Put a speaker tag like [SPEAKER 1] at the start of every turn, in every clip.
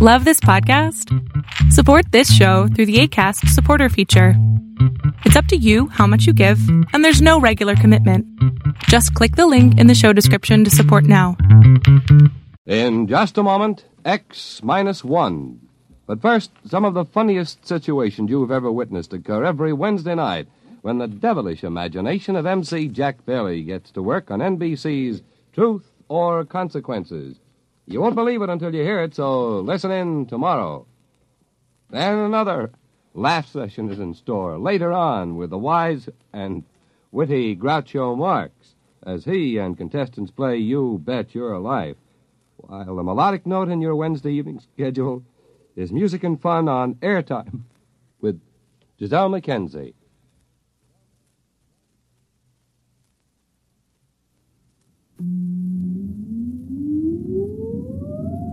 [SPEAKER 1] Love this podcast? Support this show through the ACAST supporter feature. It's up to you how much you give, and there's no regular commitment. Just click the link in the show description to support now.
[SPEAKER 2] In just a moment, X minus one. But first, some of the funniest situations you've ever witnessed occur every Wednesday night when the devilish imagination of MC Jack Bailey gets to work on NBC's Truth or Consequences. You won't believe it until you hear it, so listen in tomorrow. Then another laugh session is in store later on with the wise and witty Groucho Marx as he and contestants play You Bet Your Life. While the melodic note in your Wednesday evening schedule is music and fun on airtime with Giselle McKenzie.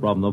[SPEAKER 3] From the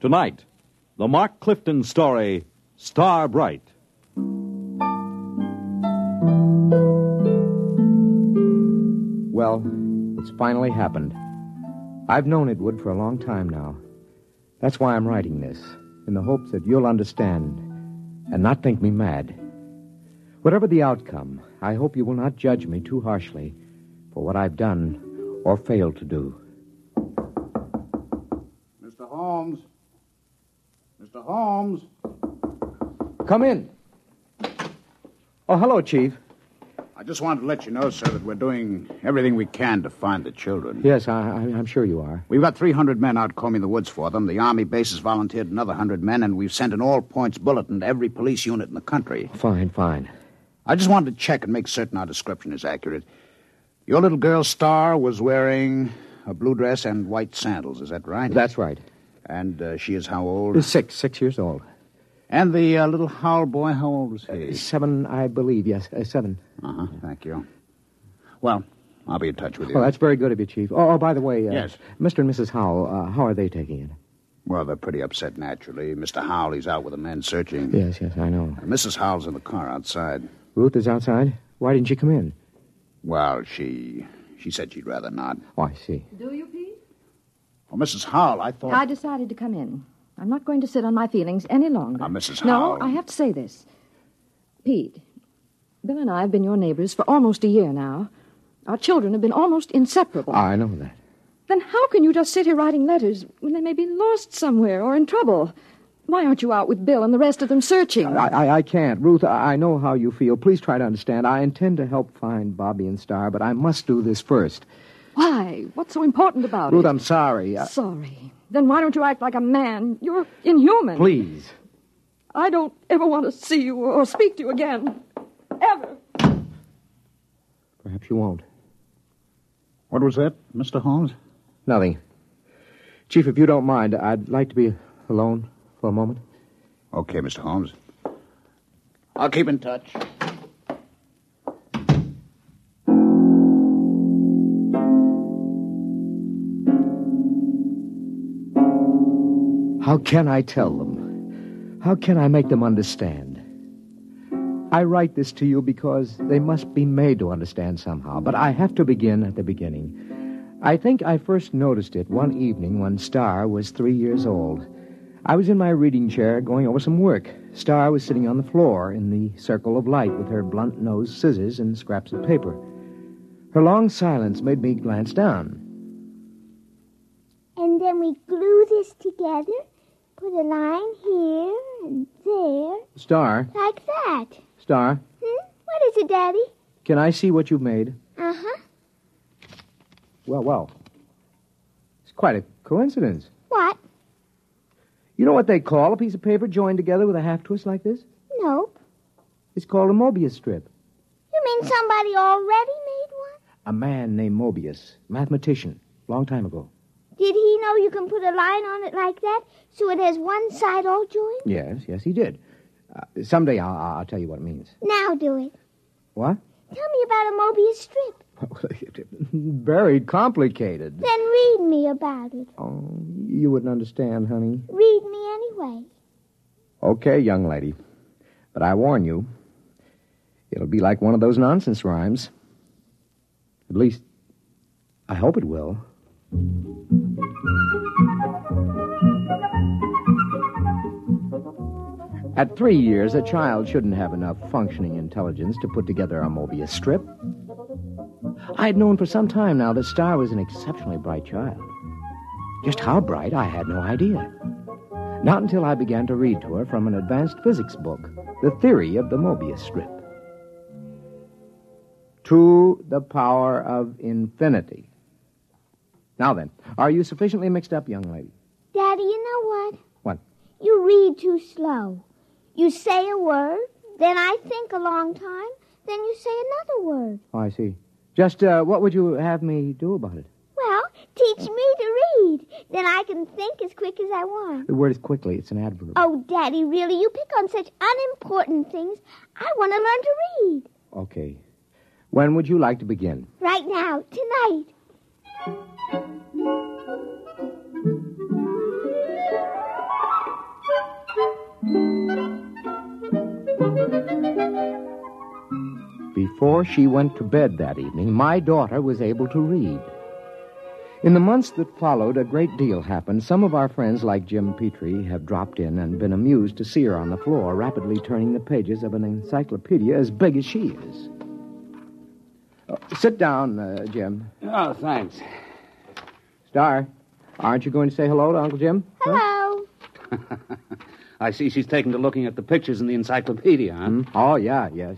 [SPEAKER 3] Tonight, the Mark Clifton story, Star Bright.
[SPEAKER 4] Well, it's finally happened. I've known it would for a long time now. That's why I'm writing this, in the hopes that you'll understand and not think me mad. Whatever the outcome, I hope you will not judge me too harshly for what I've done or failed to do.
[SPEAKER 5] Mr. Holmes. Mr. Holmes.
[SPEAKER 4] Come in. Oh, hello, Chief.
[SPEAKER 5] I just wanted to let you know, sir, that we're doing everything we can to find the children.
[SPEAKER 4] Yes, I, I, I'm sure you are.
[SPEAKER 5] We've got 300 men out combing the woods for them. The Army base has volunteered another 100 men, and we've sent an all points bulletin to every police unit in the country.
[SPEAKER 4] Fine, fine.
[SPEAKER 5] I just wanted to check and make certain our description is accurate. Your little girl, Star, was wearing a blue dress and white sandals. Is that right?
[SPEAKER 4] That's right.
[SPEAKER 5] And uh, she is how old?
[SPEAKER 4] Six, six years old.
[SPEAKER 5] And the uh, little howl boy, how old was he?
[SPEAKER 4] Seven, I believe, yes, uh, seven.
[SPEAKER 5] Uh huh. Thank you. Well, I'll be in touch with you.
[SPEAKER 4] Well, that's very good of you, Chief. Oh, oh by the way, uh,
[SPEAKER 5] Yes.
[SPEAKER 4] Mr. and Mrs. Howell, uh, how are they taking it?
[SPEAKER 5] Well, they're pretty upset naturally. Mr. Howell, he's out with the men searching.
[SPEAKER 4] Yes, yes, I know.
[SPEAKER 5] And Mrs. Howell's in the car outside.
[SPEAKER 4] Ruth is outside. Why didn't she come in?
[SPEAKER 5] Well, she she said she'd rather not.
[SPEAKER 4] Oh, I see.
[SPEAKER 6] Do you, Pete?
[SPEAKER 5] Well, Mrs. Howell, I thought.
[SPEAKER 6] I decided to come in. I'm not going to sit on my feelings any longer.
[SPEAKER 5] Now, Mrs.
[SPEAKER 6] No,
[SPEAKER 5] Howell-
[SPEAKER 6] I have to say this. Pete, Bill and I have been your neighbors for almost a year now. Our children have been almost inseparable.
[SPEAKER 4] I know that.
[SPEAKER 6] Then how can you just sit here writing letters when they may be lost somewhere or in trouble? Why aren't you out with Bill and the rest of them searching?
[SPEAKER 4] I, I, I can't. Ruth, I, I know how you feel. Please try to understand. I intend to help find Bobby and Star, but I must do this first.
[SPEAKER 6] Why? What's so important about
[SPEAKER 4] Ruth,
[SPEAKER 6] it?
[SPEAKER 4] I'm sorry. Uh,
[SPEAKER 6] Sorry. Then why don't you act like a man? You're inhuman.
[SPEAKER 4] please.
[SPEAKER 6] I don't ever want to see you or speak to you again. Ever.
[SPEAKER 4] Perhaps you won't.
[SPEAKER 5] What was that, Mr. Holmes?
[SPEAKER 4] Nothing. Chief, if you don't mind, I'd like to be alone for a moment.
[SPEAKER 5] Okay, Mr. Holmes. I'll keep in touch.
[SPEAKER 4] How can I tell them? How can I make them understand? I write this to you because they must be made to understand somehow, but I have to begin at the beginning. I think I first noticed it one evening when Star was three years old. I was in my reading chair going over some work. Star was sitting on the floor in the circle of light with her blunt nosed scissors and scraps of paper. Her long silence made me glance down.
[SPEAKER 7] And then we glue this together, put a line here and there,
[SPEAKER 4] Star,
[SPEAKER 7] like that.
[SPEAKER 4] Star,
[SPEAKER 7] Hmm? What is it, Daddy?
[SPEAKER 4] can I see what you've made?
[SPEAKER 7] Uh huh.
[SPEAKER 4] Well, well. It's quite a coincidence.
[SPEAKER 7] What?
[SPEAKER 4] You know what they call a piece of paper joined together with a half twist like this?
[SPEAKER 7] Nope.
[SPEAKER 4] It's called a Mobius strip.
[SPEAKER 7] You mean somebody already made one?
[SPEAKER 4] A man named Mobius, mathematician, long time ago.
[SPEAKER 7] Did he know you can put a line on it like that so it has one side all joined?
[SPEAKER 4] Yes, yes, he did. Uh, someday I'll, I'll tell you what it means.
[SPEAKER 7] Now do it.
[SPEAKER 4] What?
[SPEAKER 7] Tell me about a Mobius strip.
[SPEAKER 4] Very complicated.
[SPEAKER 7] Then read me about it.
[SPEAKER 4] Oh, you wouldn't understand, honey.
[SPEAKER 7] Read me anyway.
[SPEAKER 4] Okay, young lady. But I warn you, it'll be like one of those nonsense rhymes. At least, I hope it will. At three years, a child shouldn't have enough functioning intelligence to put together a Mobius strip. I had known for some time now that Star was an exceptionally bright child. Just how bright, I had no idea. Not until I began to read to her from an advanced physics book, The Theory of the Mobius Strip. To the power of infinity. Now then, are you sufficiently mixed up, young lady?
[SPEAKER 7] Daddy, you know what?
[SPEAKER 4] What?
[SPEAKER 7] You read too slow. You say a word, then I think a long time, then you say another word.
[SPEAKER 4] Oh, I see. Just uh, what would you have me do about it?
[SPEAKER 7] Well, teach me to read. Then I can think as quick as I want.
[SPEAKER 4] The word is quickly, it's an adverb.
[SPEAKER 7] Oh, Daddy, really, you pick on such unimportant things. I want to learn to read.
[SPEAKER 4] Okay. When would you like to begin?
[SPEAKER 7] Right now, tonight.
[SPEAKER 4] Before she went to bed that evening, my daughter was able to read. In the months that followed, a great deal happened. Some of our friends, like Jim Petrie, have dropped in and been amused to see her on the floor, rapidly turning the pages of an encyclopedia as big as she is. Oh, sit down, uh, Jim.
[SPEAKER 8] Oh, thanks.
[SPEAKER 4] Star, aren't you going to say hello to Uncle Jim?
[SPEAKER 7] Hello.
[SPEAKER 8] I see she's taken to looking at the pictures in the encyclopedia, huh?
[SPEAKER 4] Oh, yeah, yes.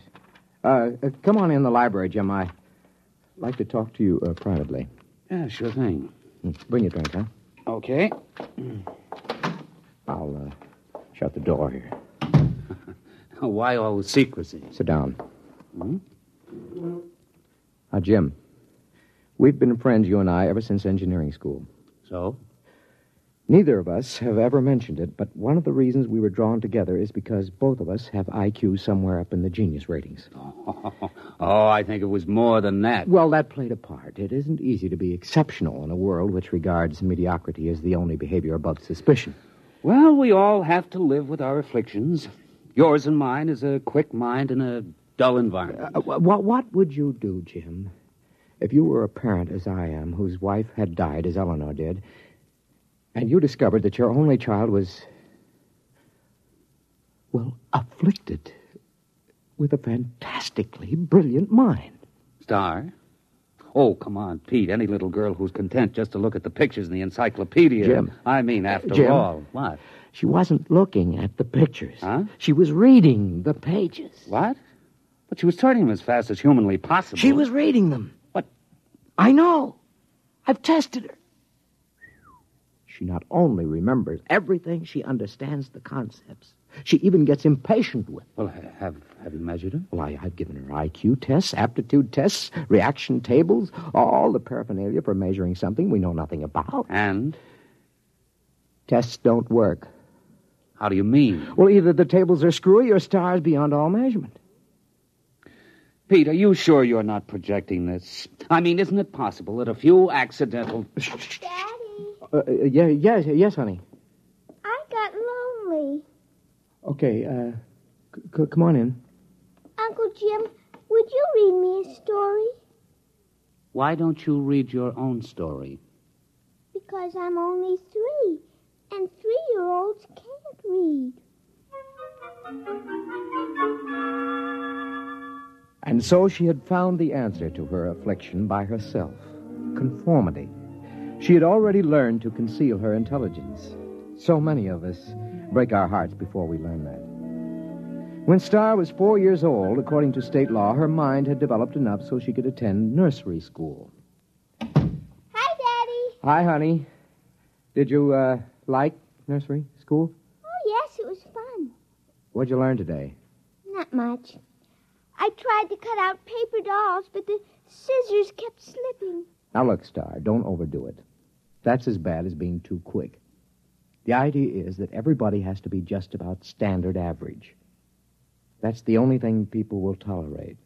[SPEAKER 4] Uh, uh, come on in the library, Jim. I'd like to talk to you uh, privately.
[SPEAKER 8] Yeah, sure thing.
[SPEAKER 4] Hmm, Bring your drink, huh?
[SPEAKER 8] Okay.
[SPEAKER 4] I'll uh, shut the door here.
[SPEAKER 8] Why all secrecy?
[SPEAKER 4] Sit down.
[SPEAKER 8] Hmm?
[SPEAKER 4] Now, Jim, we've been friends, you and I, ever since engineering school.
[SPEAKER 8] So?
[SPEAKER 4] Neither of us have ever mentioned it, but one of the reasons we were drawn together is because both of us have IQ somewhere up in the genius ratings.
[SPEAKER 8] Oh, I think it was more than that.
[SPEAKER 4] Well, that played a part. It isn't easy to be exceptional in a world which regards mediocrity as the only behavior above suspicion.
[SPEAKER 8] Well, we all have to live with our afflictions. Yours and mine is a quick mind in a dull environment.
[SPEAKER 4] Uh, wh- wh- what would you do, Jim, if you were a parent as I am, whose wife had died as Eleanor did, and you discovered that your only child was, well, afflicted with a fantastically brilliant mind?
[SPEAKER 8] Star? Oh, come on, Pete. Any little girl who's content just to look at the pictures in the encyclopedia.
[SPEAKER 4] Jim.
[SPEAKER 8] I mean, after
[SPEAKER 4] Jim.
[SPEAKER 8] all. What?
[SPEAKER 4] She wasn't looking at the pictures.
[SPEAKER 8] Huh?
[SPEAKER 4] She was reading the pages.
[SPEAKER 8] What? But she was turning them as fast as humanly possible.
[SPEAKER 4] She was reading them.
[SPEAKER 8] What?
[SPEAKER 4] I know. I've tested her. She not only remembers everything, she understands the concepts. She even gets impatient with.
[SPEAKER 8] Well, ha- have, have you measured her?
[SPEAKER 4] them. Well, I, I've given her IQ tests, aptitude tests, reaction tables, all the paraphernalia for measuring something we know nothing about.
[SPEAKER 8] And
[SPEAKER 4] Tests don't work.
[SPEAKER 8] how do you mean?
[SPEAKER 4] Well, either the tables are screwy or stars beyond all measurement.
[SPEAKER 8] Pete, are you sure you're not projecting this? I mean, isn't it possible that a few accidental.
[SPEAKER 7] Daddy,
[SPEAKER 4] Uh, uh, yeah, yes, yes, honey.
[SPEAKER 7] I got lonely.
[SPEAKER 4] Okay, uh, c- c- come on in.
[SPEAKER 7] Uncle Jim, would you read me a story?
[SPEAKER 8] Why don't you read your own story?
[SPEAKER 7] Because I'm only three, and three year olds can't read.
[SPEAKER 4] And so she had found the answer to her affliction by herself conformity. She had already learned to conceal her intelligence. So many of us break our hearts before we learn that. When Star was four years old, according to state law, her mind had developed enough so she could attend nursery school.
[SPEAKER 7] Hi, Daddy.
[SPEAKER 4] Hi, honey. Did you uh, like nursery school?
[SPEAKER 7] Oh, yes, it was fun.
[SPEAKER 4] What'd you learn today?
[SPEAKER 7] Not much. I tried to cut out paper dolls, but the scissors kept slipping.
[SPEAKER 4] Now, look, Star, don't overdo it. That's as bad as being too quick. The idea is that everybody has to be just about standard average. That's the only thing people will tolerate.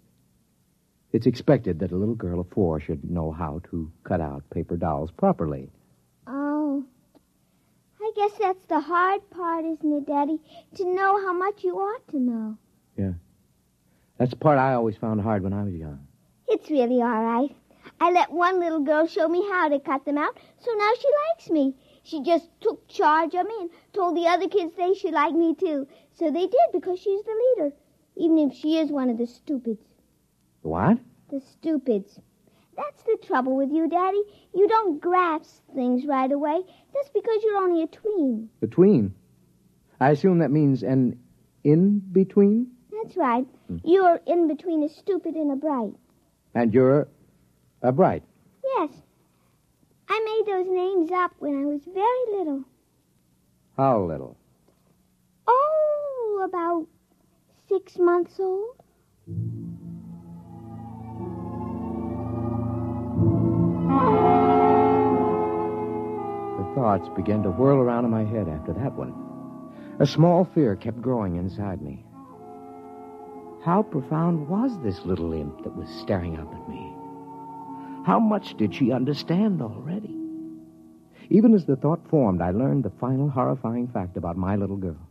[SPEAKER 4] It's expected that a little girl of four should know how to cut out paper dolls properly.
[SPEAKER 7] Oh. I guess that's the hard part, isn't it, Daddy? To know how much you ought to know.
[SPEAKER 4] That's the part I always found hard when I was young.
[SPEAKER 7] It's really all right. I let one little girl show me how to cut them out, so now she likes me. She just took charge of me and told the other kids they should like me too. So they did because she's the leader, even if she is one of the stupids.
[SPEAKER 4] What?
[SPEAKER 7] The stupids. That's the trouble with you, Daddy. You don't grasp things right away. That's because you're only a tween.
[SPEAKER 4] Between. I assume that means an in between?
[SPEAKER 7] That's right. You're in between a stupid and a bright.
[SPEAKER 4] And you're a bright.
[SPEAKER 7] Yes. I made those names up when I was very little.
[SPEAKER 4] How little?
[SPEAKER 7] Oh, about six months old.
[SPEAKER 4] The thoughts began to whirl around in my head after that one. A small fear kept growing inside me. How profound was this little imp that was staring up at me? How much did she understand already? Even as the thought formed, I learned the final horrifying fact about my little girl.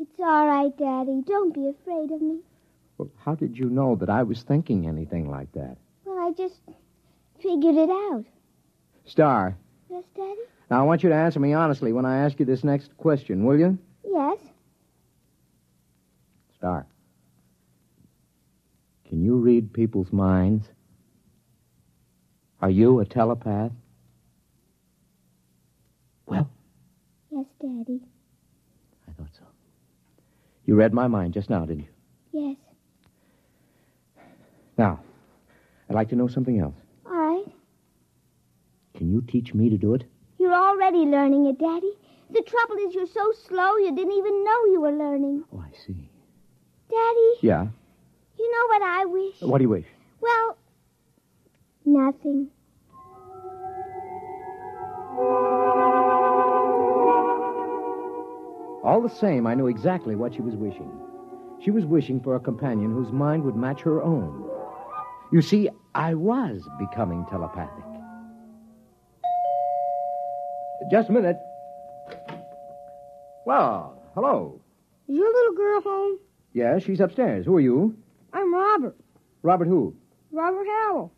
[SPEAKER 7] It's all right, Daddy. Don't be afraid of me.
[SPEAKER 4] Well, how did you know that I was thinking anything like that?
[SPEAKER 7] Well, I just figured it out.
[SPEAKER 4] Star,
[SPEAKER 7] Yes, Daddy?
[SPEAKER 4] now I want you to answer me honestly when I ask you this next question, will you?
[SPEAKER 7] Yes.
[SPEAKER 4] Star. Can you read people's minds? Are you a telepath? Well,
[SPEAKER 7] Yes, Daddy.
[SPEAKER 4] I thought so. You read my mind just now, didn't you?
[SPEAKER 7] Yes.
[SPEAKER 4] Now, I'd like to know something else.
[SPEAKER 7] All right.
[SPEAKER 4] Can you teach me to do it?
[SPEAKER 7] You're already learning it, Daddy. The trouble is you're so slow you didn't even know you were learning.
[SPEAKER 4] Oh, I see.
[SPEAKER 7] Daddy,
[SPEAKER 4] Yeah.
[SPEAKER 7] you know what I wish?
[SPEAKER 4] What do you wish?
[SPEAKER 7] Well, nothing.
[SPEAKER 4] All the same, I knew exactly what she was wishing. She was wishing for a companion whose mind would match her own. You see, I was becoming telepathic. Just a minute. Well, hello.
[SPEAKER 7] Is your little girl home?
[SPEAKER 4] Yeah, she's upstairs. Who are you?
[SPEAKER 7] I'm Robert.
[SPEAKER 4] Robert who?
[SPEAKER 7] Robert Howell.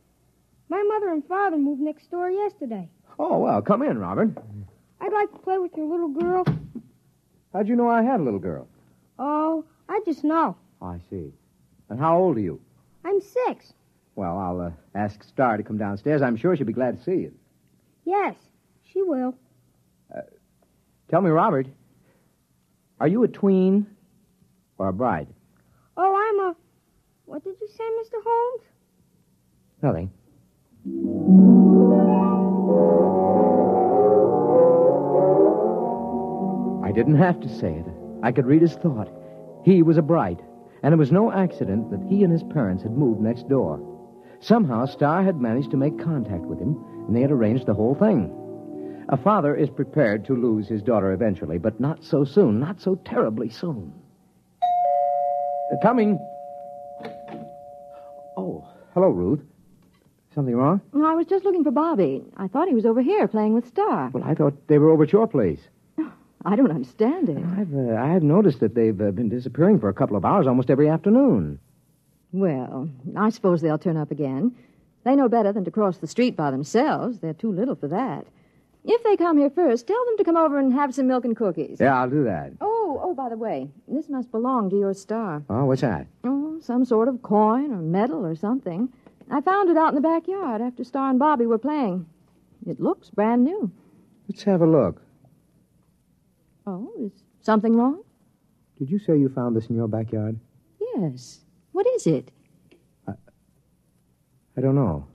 [SPEAKER 7] My mother and father moved next door yesterday.
[SPEAKER 4] Oh, well, come in, Robert.
[SPEAKER 7] I'd like to play with your little girl.
[SPEAKER 4] How'd you know I had a little girl?
[SPEAKER 7] Oh, I just know.
[SPEAKER 4] I see. And how old are you?
[SPEAKER 7] I'm six.
[SPEAKER 4] Well, I'll uh, ask Star to come downstairs. I'm sure she'll be glad to see you.
[SPEAKER 7] Yes, she will.
[SPEAKER 4] Tell me, Robert, are you a tween or a bride?
[SPEAKER 7] Oh, I'm a. What did you say, Mr. Holmes?
[SPEAKER 4] Nothing. I didn't have to say it. I could read his thought. He was a bright, and it was no accident that he and his parents had moved next door. Somehow, Starr had managed to make contact with him, and they had arranged the whole thing. A father is prepared to lose his daughter eventually, but not so soon, not so terribly soon. Uh, Coming. Oh, hello, Ruth. Something wrong?
[SPEAKER 6] I was just looking for Bobby. I thought he was over here playing with Star.
[SPEAKER 4] Well, I thought they were over at your place.
[SPEAKER 6] I don't understand it.
[SPEAKER 4] I've uh, I've noticed that they've uh, been disappearing for a couple of hours almost every afternoon.
[SPEAKER 6] Well, I suppose they'll turn up again. They know better than to cross the street by themselves. They're too little for that. If they come here first, tell them to come over and have some milk and cookies.
[SPEAKER 4] Yeah, I'll do that.
[SPEAKER 6] Oh,
[SPEAKER 9] Oh, oh, by the way, this must belong to your star.
[SPEAKER 4] Oh, what's that?
[SPEAKER 9] Oh, some sort of coin or medal or something. I found it out in the backyard after Star and Bobby were playing. It looks brand new.
[SPEAKER 4] Let's have a look.
[SPEAKER 9] Oh, is something wrong?
[SPEAKER 4] Did you say you found this in your backyard?
[SPEAKER 9] Yes. What is it?
[SPEAKER 4] I don't know.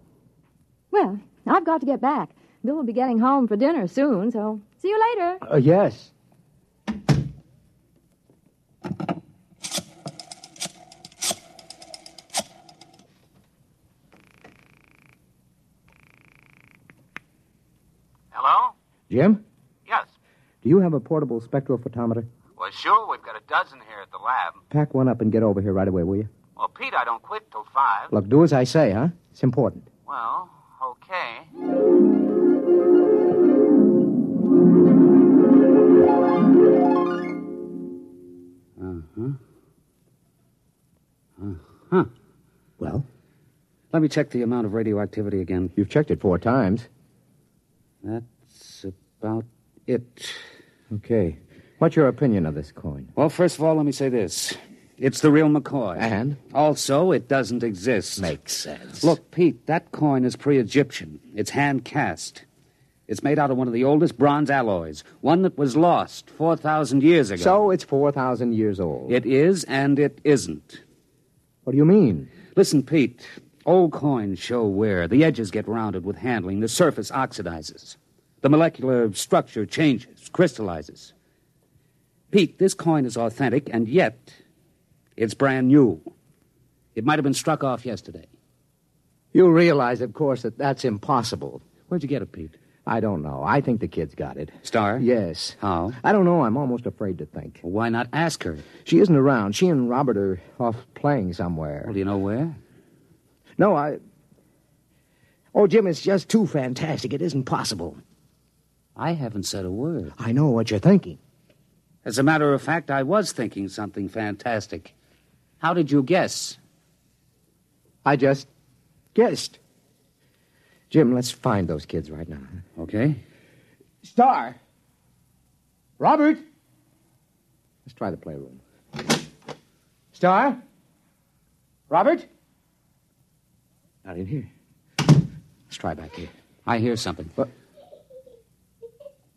[SPEAKER 9] Well, I've got to get back. Bill will be getting home for dinner soon, so see you later.
[SPEAKER 4] Uh, yes.
[SPEAKER 10] Hello?
[SPEAKER 4] Jim,
[SPEAKER 10] Yes.
[SPEAKER 4] do you have a portable spectrophotometer?
[SPEAKER 10] Well, sure, we've got a dozen here at the lab.
[SPEAKER 4] Pack one up and get over here right away, will you?
[SPEAKER 10] Well, Pete, I don't quit till five.
[SPEAKER 4] Look, do as I say, huh? It's important.
[SPEAKER 10] Well, okay.
[SPEAKER 3] Uh-huh.
[SPEAKER 4] Well,
[SPEAKER 3] Let me check the amount of radioactivity again.
[SPEAKER 4] you've checked it four times.
[SPEAKER 3] That's about it.
[SPEAKER 4] Okay. What's your opinion of this coin?
[SPEAKER 3] Well, first of all, let me say this. It's the real McCoy.
[SPEAKER 4] And?
[SPEAKER 3] Also, it doesn't exist.
[SPEAKER 4] Makes sense.
[SPEAKER 3] Look, Pete, that coin is pre Egyptian. It's hand cast. It's made out of one of the oldest bronze alloys, one that was lost 4,000 years ago.
[SPEAKER 4] So Oh, it's 4,000 years old.
[SPEAKER 3] It is and it isn't.
[SPEAKER 4] What do you mean?
[SPEAKER 3] Listen, Pete, old coins show wear. The edges get rounded with handling, the surface oxidizes. The molecular structure changes, crystallizes. Pete, this coin is authentic, and yet it's brand new. It might have been struck off yesterday.
[SPEAKER 4] You realize, of course, that that's impossible.
[SPEAKER 3] Where'd you get it, Pete?
[SPEAKER 4] I don't know. I think the kid's got it.
[SPEAKER 3] Star?
[SPEAKER 4] Yes.
[SPEAKER 3] How?
[SPEAKER 4] I don't know. I'm almost afraid to think.
[SPEAKER 3] Well, why not ask her?
[SPEAKER 4] She isn't around. She and Robert are off playing somewhere.
[SPEAKER 3] Well, do you know where?
[SPEAKER 4] No, I. Oh, Jim, it's just too fantastic. It isn't possible.
[SPEAKER 3] I haven't said a word.
[SPEAKER 4] I know what you're thinking.
[SPEAKER 3] As a matter of fact, I was thinking something fantastic. How did you guess?
[SPEAKER 4] I just guessed. Jim, let's find those kids right now.
[SPEAKER 3] Okay.
[SPEAKER 4] Star! Robert! Let's try the playroom. Star? Robert? Not in here. Let's try back here.
[SPEAKER 3] I hear something.
[SPEAKER 4] What?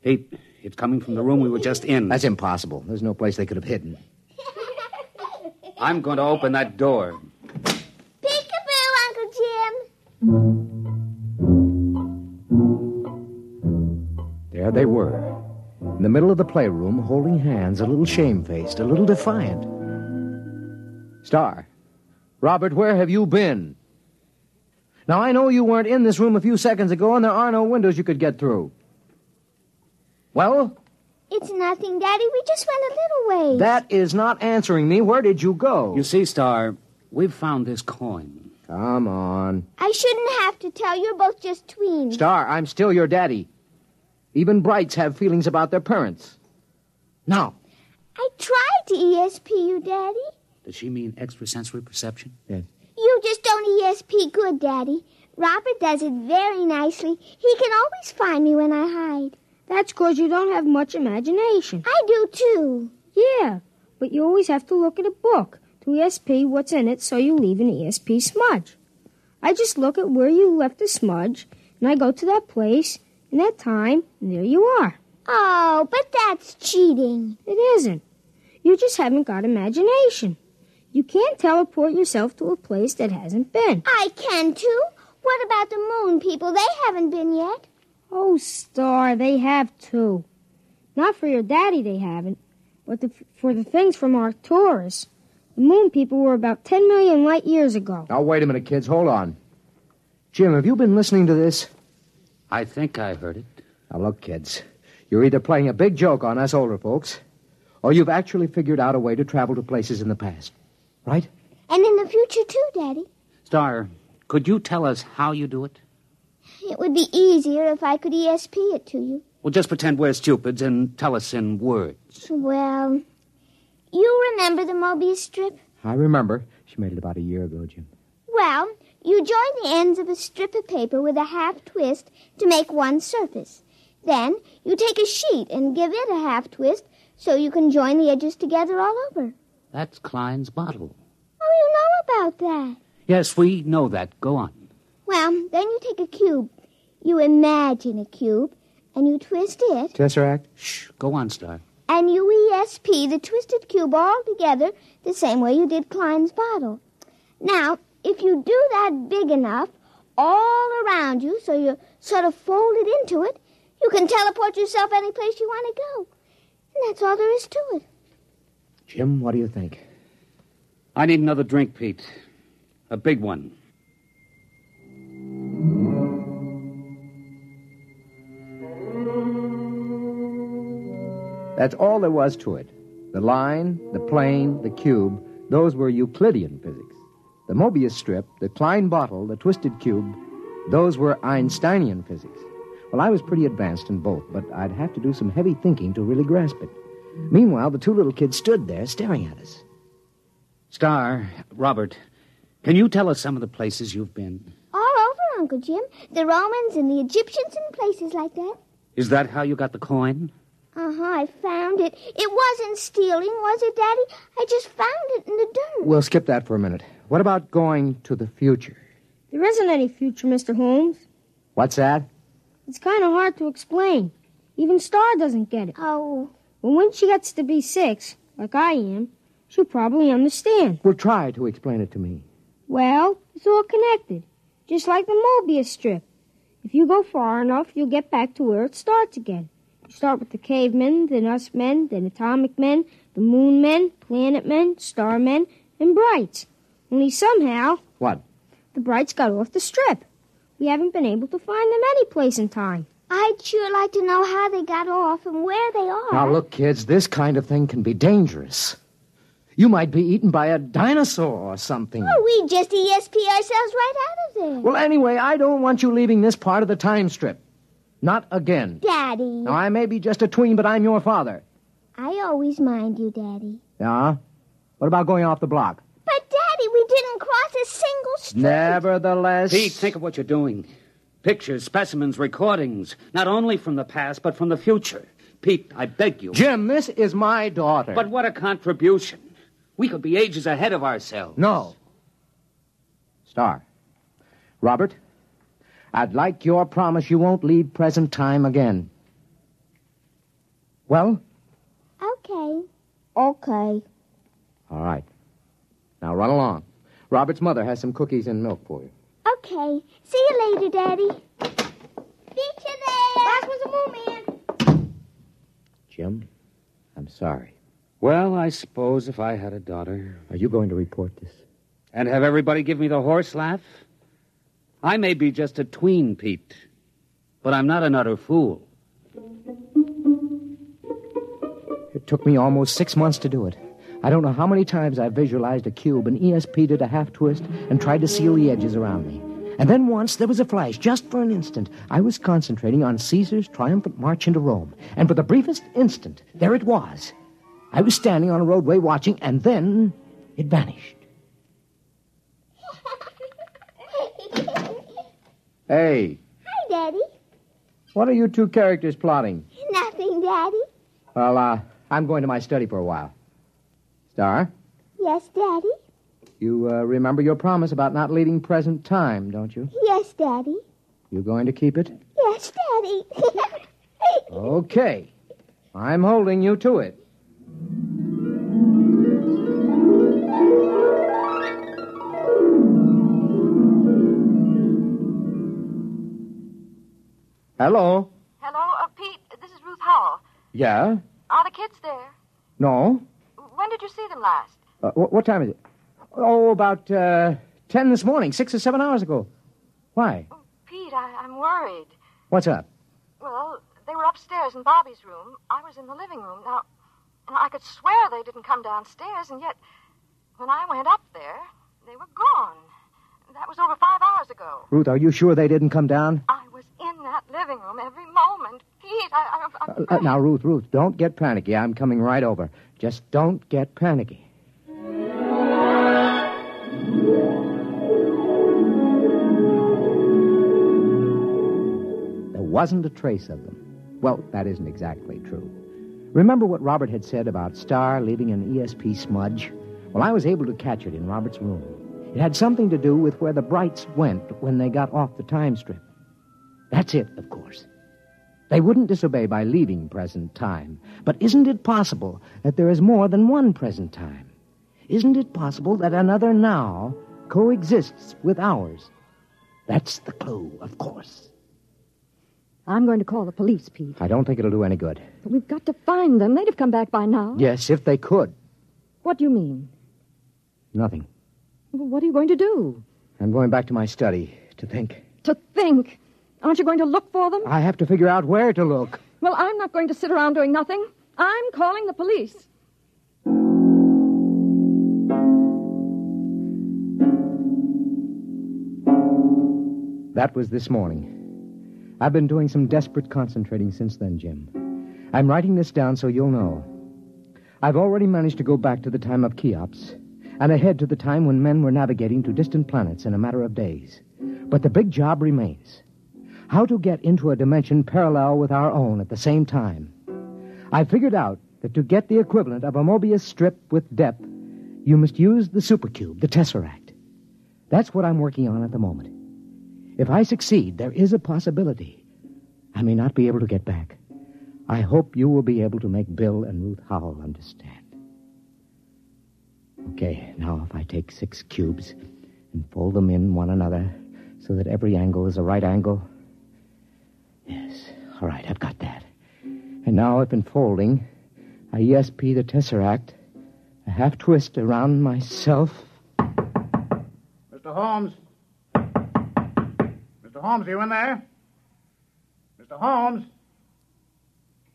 [SPEAKER 3] Pete, it's coming from the room we were just in.
[SPEAKER 4] That's impossible. There's no place they could have hidden.
[SPEAKER 3] I'm going to open that door.
[SPEAKER 7] Peekaboo, Uncle Jim.
[SPEAKER 4] There they were, in the middle of the playroom, holding hands, a little shamefaced, a little defiant. Star, Robert, where have you been? Now, I know you weren't in this room a few seconds ago, and there are no windows you could get through. Well,
[SPEAKER 7] It's nothing, Daddy. We just went a little way.
[SPEAKER 4] that is not answering me. Where did you go?
[SPEAKER 3] You see, Star, we've found this coin.
[SPEAKER 4] Come on.
[SPEAKER 7] I shouldn't have to tell. You're both just tweens.
[SPEAKER 4] Star, I'm still your daddy. Even brights have feelings about their parents. Now.
[SPEAKER 7] I tried to ESP you, Daddy.
[SPEAKER 3] Does she mean extrasensory perception?
[SPEAKER 7] You just don't ESP good, Daddy. Robert does it very nicely. He can always find me when I hide.
[SPEAKER 6] That's 'cause you don't have much imagination.
[SPEAKER 7] I do too.
[SPEAKER 6] Yeah, but you always have to look at a book to ESP what's in it so you leave an ESP smudge. I just look at where you left the smudge, and I go to that place and that time, and there you are.
[SPEAKER 7] Oh, but that's cheating.
[SPEAKER 6] It isn't. You just haven't got imagination. You can't teleport yourself to a place that hasn't been.
[SPEAKER 7] I can too. What about the moon people? They haven't been yet.
[SPEAKER 6] Oh, Star, they have too. Not for your daddy, they haven't, but the, for the things from Arcturus. The moon people were about 10 million light years ago.
[SPEAKER 4] Now, wait a minute, kids. Hold on. Jim, have you been listening to this?
[SPEAKER 3] I think I heard it.
[SPEAKER 4] Now, look, kids. You're either playing a big joke on us older folks, or you've actually figured out a way to travel to places in the past. Right?
[SPEAKER 7] And in the future too, Daddy.
[SPEAKER 3] Star, could you tell us how you do it?
[SPEAKER 7] It would be easier if I could ESP it to you.
[SPEAKER 3] Well, just pretend we're stupids and tell us in words.
[SPEAKER 7] Well, you remember the Mobius strip?
[SPEAKER 4] I remember. She made it about a year ago, Jim.
[SPEAKER 7] Well, you join the ends of a strip of paper with a half twist to make one surface. Then you take a sheet and give it a half twist so you can join the edges together all over.
[SPEAKER 4] That's Klein's bottle.
[SPEAKER 7] Oh, you know about that.
[SPEAKER 4] Yes, we know that. Go on.
[SPEAKER 7] Well, then you take a cube. You imagine a cube, and you twist it,
[SPEAKER 3] Tesseract?
[SPEAKER 4] Shh. Go on, Star.
[SPEAKER 7] and you ESP the twisted cube all together the same way you did Klein's bottle. Now, if you do that big enough, all around you, so you're sort of folded into it, you can teleport yourself any place you want to go. And that's all there is to it.
[SPEAKER 3] Jim, what do you think?
[SPEAKER 4] I need another drink, Pete. A big one.
[SPEAKER 3] That's all there was to it. The line, the plane, the cube, those were Euclidean physics. The Mobius strip, the Klein bottle, the twisted cube, those were Einsteinian physics. Well, I was pretty advanced in both, but I'd have to do some heavy thinking to really grasp it. Meanwhile, the two little kids stood there staring at us.
[SPEAKER 4] Star, Robert, can you tell us some of the places you've been?
[SPEAKER 7] All over, Uncle Jim. The Romans and the Egyptians and places like that.
[SPEAKER 4] Is that how you got the coin?
[SPEAKER 7] Uh huh, I found it. It wasn't stealing, was it, Daddy? I just found it in the dirt.
[SPEAKER 3] We'll skip that for a minute. What about going to the future?
[SPEAKER 11] There isn't any future, Mr. Holmes.
[SPEAKER 3] What's that?
[SPEAKER 11] It's kind of hard to explain. Even Star doesn't get it.
[SPEAKER 7] Oh.
[SPEAKER 11] But when she gets to be six, like I am, she'll probably understand.
[SPEAKER 3] Well, try to explain it to me.
[SPEAKER 11] Well, it's all connected, just like the Mobius strip. If you go far enough, you'll get back to where it starts again. You start with the cavemen, then us men, then atomic men, the moon men, planet men, star men, and brights. Only somehow.
[SPEAKER 3] What?
[SPEAKER 11] The brights got off the strip. We haven't been able to find them any place in time.
[SPEAKER 7] I'd sure like to know how they got off and where they are.
[SPEAKER 3] Now, look, kids, this kind of thing can be dangerous. You might be eaten by a dinosaur or something.
[SPEAKER 7] Oh, we just ESP ourselves right out of there.
[SPEAKER 3] Well, anyway, I don't want you leaving this part of the time strip. Not again.
[SPEAKER 7] Daddy.
[SPEAKER 3] Now, I may be just a tween, but I'm your father.
[SPEAKER 7] I always mind you, Daddy.
[SPEAKER 3] Yeah? What about going off the block?
[SPEAKER 7] But, Daddy, we didn't cross a single street.
[SPEAKER 3] Nevertheless.
[SPEAKER 4] Pete, think of what you're doing. Pictures, specimens, recordings, not only from the past, but from the future. Pete, I beg you.
[SPEAKER 3] Jim, this is my daughter.
[SPEAKER 4] But what a contribution. We could be ages ahead of ourselves.
[SPEAKER 3] No. Star. Robert, I'd like your promise you won't leave present time again. Well?
[SPEAKER 7] Okay. Okay.
[SPEAKER 3] All right. Now run along. Robert's mother has some cookies and milk for you.
[SPEAKER 7] Okay. See you later, Daddy. Beat you there. Last one's a moon man.
[SPEAKER 3] Jim, I'm sorry.
[SPEAKER 4] Well, I suppose if I had a daughter
[SPEAKER 3] Are you going to report this?
[SPEAKER 4] and have everybody give me the horse laugh, I may be just a tween, Pete, but I'm not an utter fool.
[SPEAKER 3] It took me almost six months to do it. I don't know how many times I visualized a cube and ESP did a half twist and tried to seal the edges around me. And then once there was a flash, just for an instant. I was concentrating on Caesar's triumphant march into Rome. And for the briefest instant, there it was. I was standing on a roadway watching, and then it vanished. Hey,
[SPEAKER 7] Hi, Daddy.
[SPEAKER 3] what are you two characters plotting?
[SPEAKER 7] Nothing, Daddy.
[SPEAKER 3] Well, uh, I'm going to my study for a while. Star?
[SPEAKER 7] Yes, Daddy.
[SPEAKER 3] You uh, remember your promise about not leaving present time, don't you?
[SPEAKER 7] Yes, Daddy.
[SPEAKER 3] You going to keep it?
[SPEAKER 7] Yes, Daddy.
[SPEAKER 3] Okay. I'm holding you to it. Hello?
[SPEAKER 6] Hello, uh, Pete. This is Ruth Howell.
[SPEAKER 3] Yeah?
[SPEAKER 6] Are the kids there?
[SPEAKER 3] No?
[SPEAKER 6] When did you see them last?
[SPEAKER 3] Uh, wh- what time is it? Oh, about uh, 10 this morning, six or seven hours ago. Why?
[SPEAKER 6] Pete, I, I'm worried.
[SPEAKER 3] What's up?
[SPEAKER 6] Well, they were upstairs in Bobby's room. I was in the living room. Now, now I could swear they didn't come downstairs, and yet, when I went up there, they were gone. That was over five hours ago.
[SPEAKER 3] Ruth, are you sure they didn't come down?
[SPEAKER 6] I was in that living room every moment. Pete, I. I, I
[SPEAKER 3] Uh, uh, now, Ruth, Ruth, don't get panicky. I'm coming right over. Just don't get panicky. There wasn't a trace of them. Well, that isn't exactly true.
[SPEAKER 4] Remember what Robert had said about Star leaving an ESP smudge? Well, I was able to catch it in Robert's room. It had something to do with where the Brights went when they got off the time strip. That's it, of course. They wouldn't disobey by leaving present time. But isn't it possible that there is more than one present time? Isn't it possible that another now coexists with ours? That's the clue, of course.
[SPEAKER 6] I'm going to call the police, Pete.
[SPEAKER 4] I don't think it'll do any good.
[SPEAKER 6] But we've got to find them. They'd have come back by now.
[SPEAKER 4] Yes, if they could.
[SPEAKER 6] What do you mean?
[SPEAKER 4] Nothing.
[SPEAKER 6] Well, What are you going to do?
[SPEAKER 4] I'm going back to my study to think.
[SPEAKER 6] To think. Aren't you going to look for them?
[SPEAKER 4] I have to figure out where to look.
[SPEAKER 6] Well, I'm not going to sit around doing nothing. I'm calling the police.
[SPEAKER 4] That was this morning. I've been doing some desperate concentrating since then, Jim. I'm writing this down so you'll know. I've already managed to go back to the time of Cheops and ahead to the time when men were navigating to distant planets in a matter of days. But the big job remains how to get into a dimension parallel with our own at the same time. I figured out that to get the equivalent of a Mobius strip with depth, you must use the supercube, the tesseract. That's what I'm working on at the moment. If I succeed, there is a possibility. I may not be able to get back. I hope you will be able to make Bill and Ruth Howell understand. Okay, now if I take six cubes and fold them in one another so that every angle is a right angle. Yes, all right, I've got that. And now, if in folding, I ESP the tesseract, a half twist around myself.
[SPEAKER 12] Mr. Holmes. Mr. Holmes, are you in there? Mr. Holmes?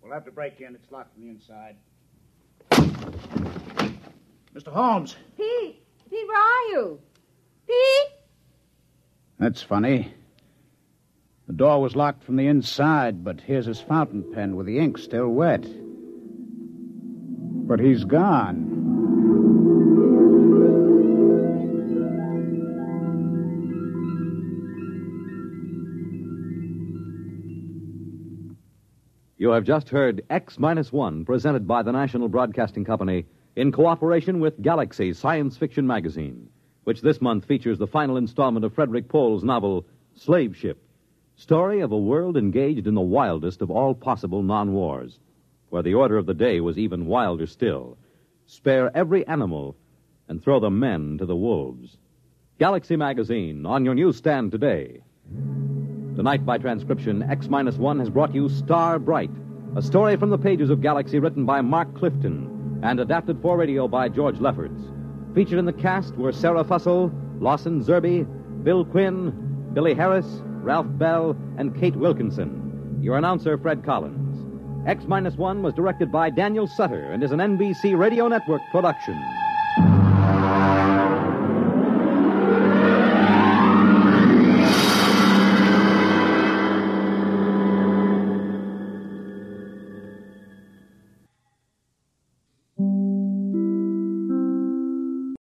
[SPEAKER 12] We'll have to break in. It's locked from the inside. Mr. Holmes.
[SPEAKER 13] Pete, Pete, where are you? Pete?
[SPEAKER 5] That's funny. The door was locked from the inside, but here's his fountain pen with the ink still wet. But he's gone.
[SPEAKER 3] You have just heard X Minus One, presented by the National Broadcasting Company in cooperation with Galaxy Science Fiction Magazine, which this month features the final installment of Frederick Pohl's novel, Slave Ship, story of a world engaged in the wildest of all possible non wars, where the order of the day was even wilder still spare every animal and throw the men to the wolves. Galaxy Magazine, on your newsstand today. Tonight, by transcription, X Minus One has brought you Star Bright, a story from the pages of Galaxy written by Mark Clifton and adapted for radio by George Lefferts. Featured in the cast were Sarah Fussell, Lawson Zerby, Bill Quinn, Billy Harris, Ralph Bell, and Kate Wilkinson. Your announcer, Fred Collins. X Minus One was directed by Daniel Sutter and is an NBC Radio Network production.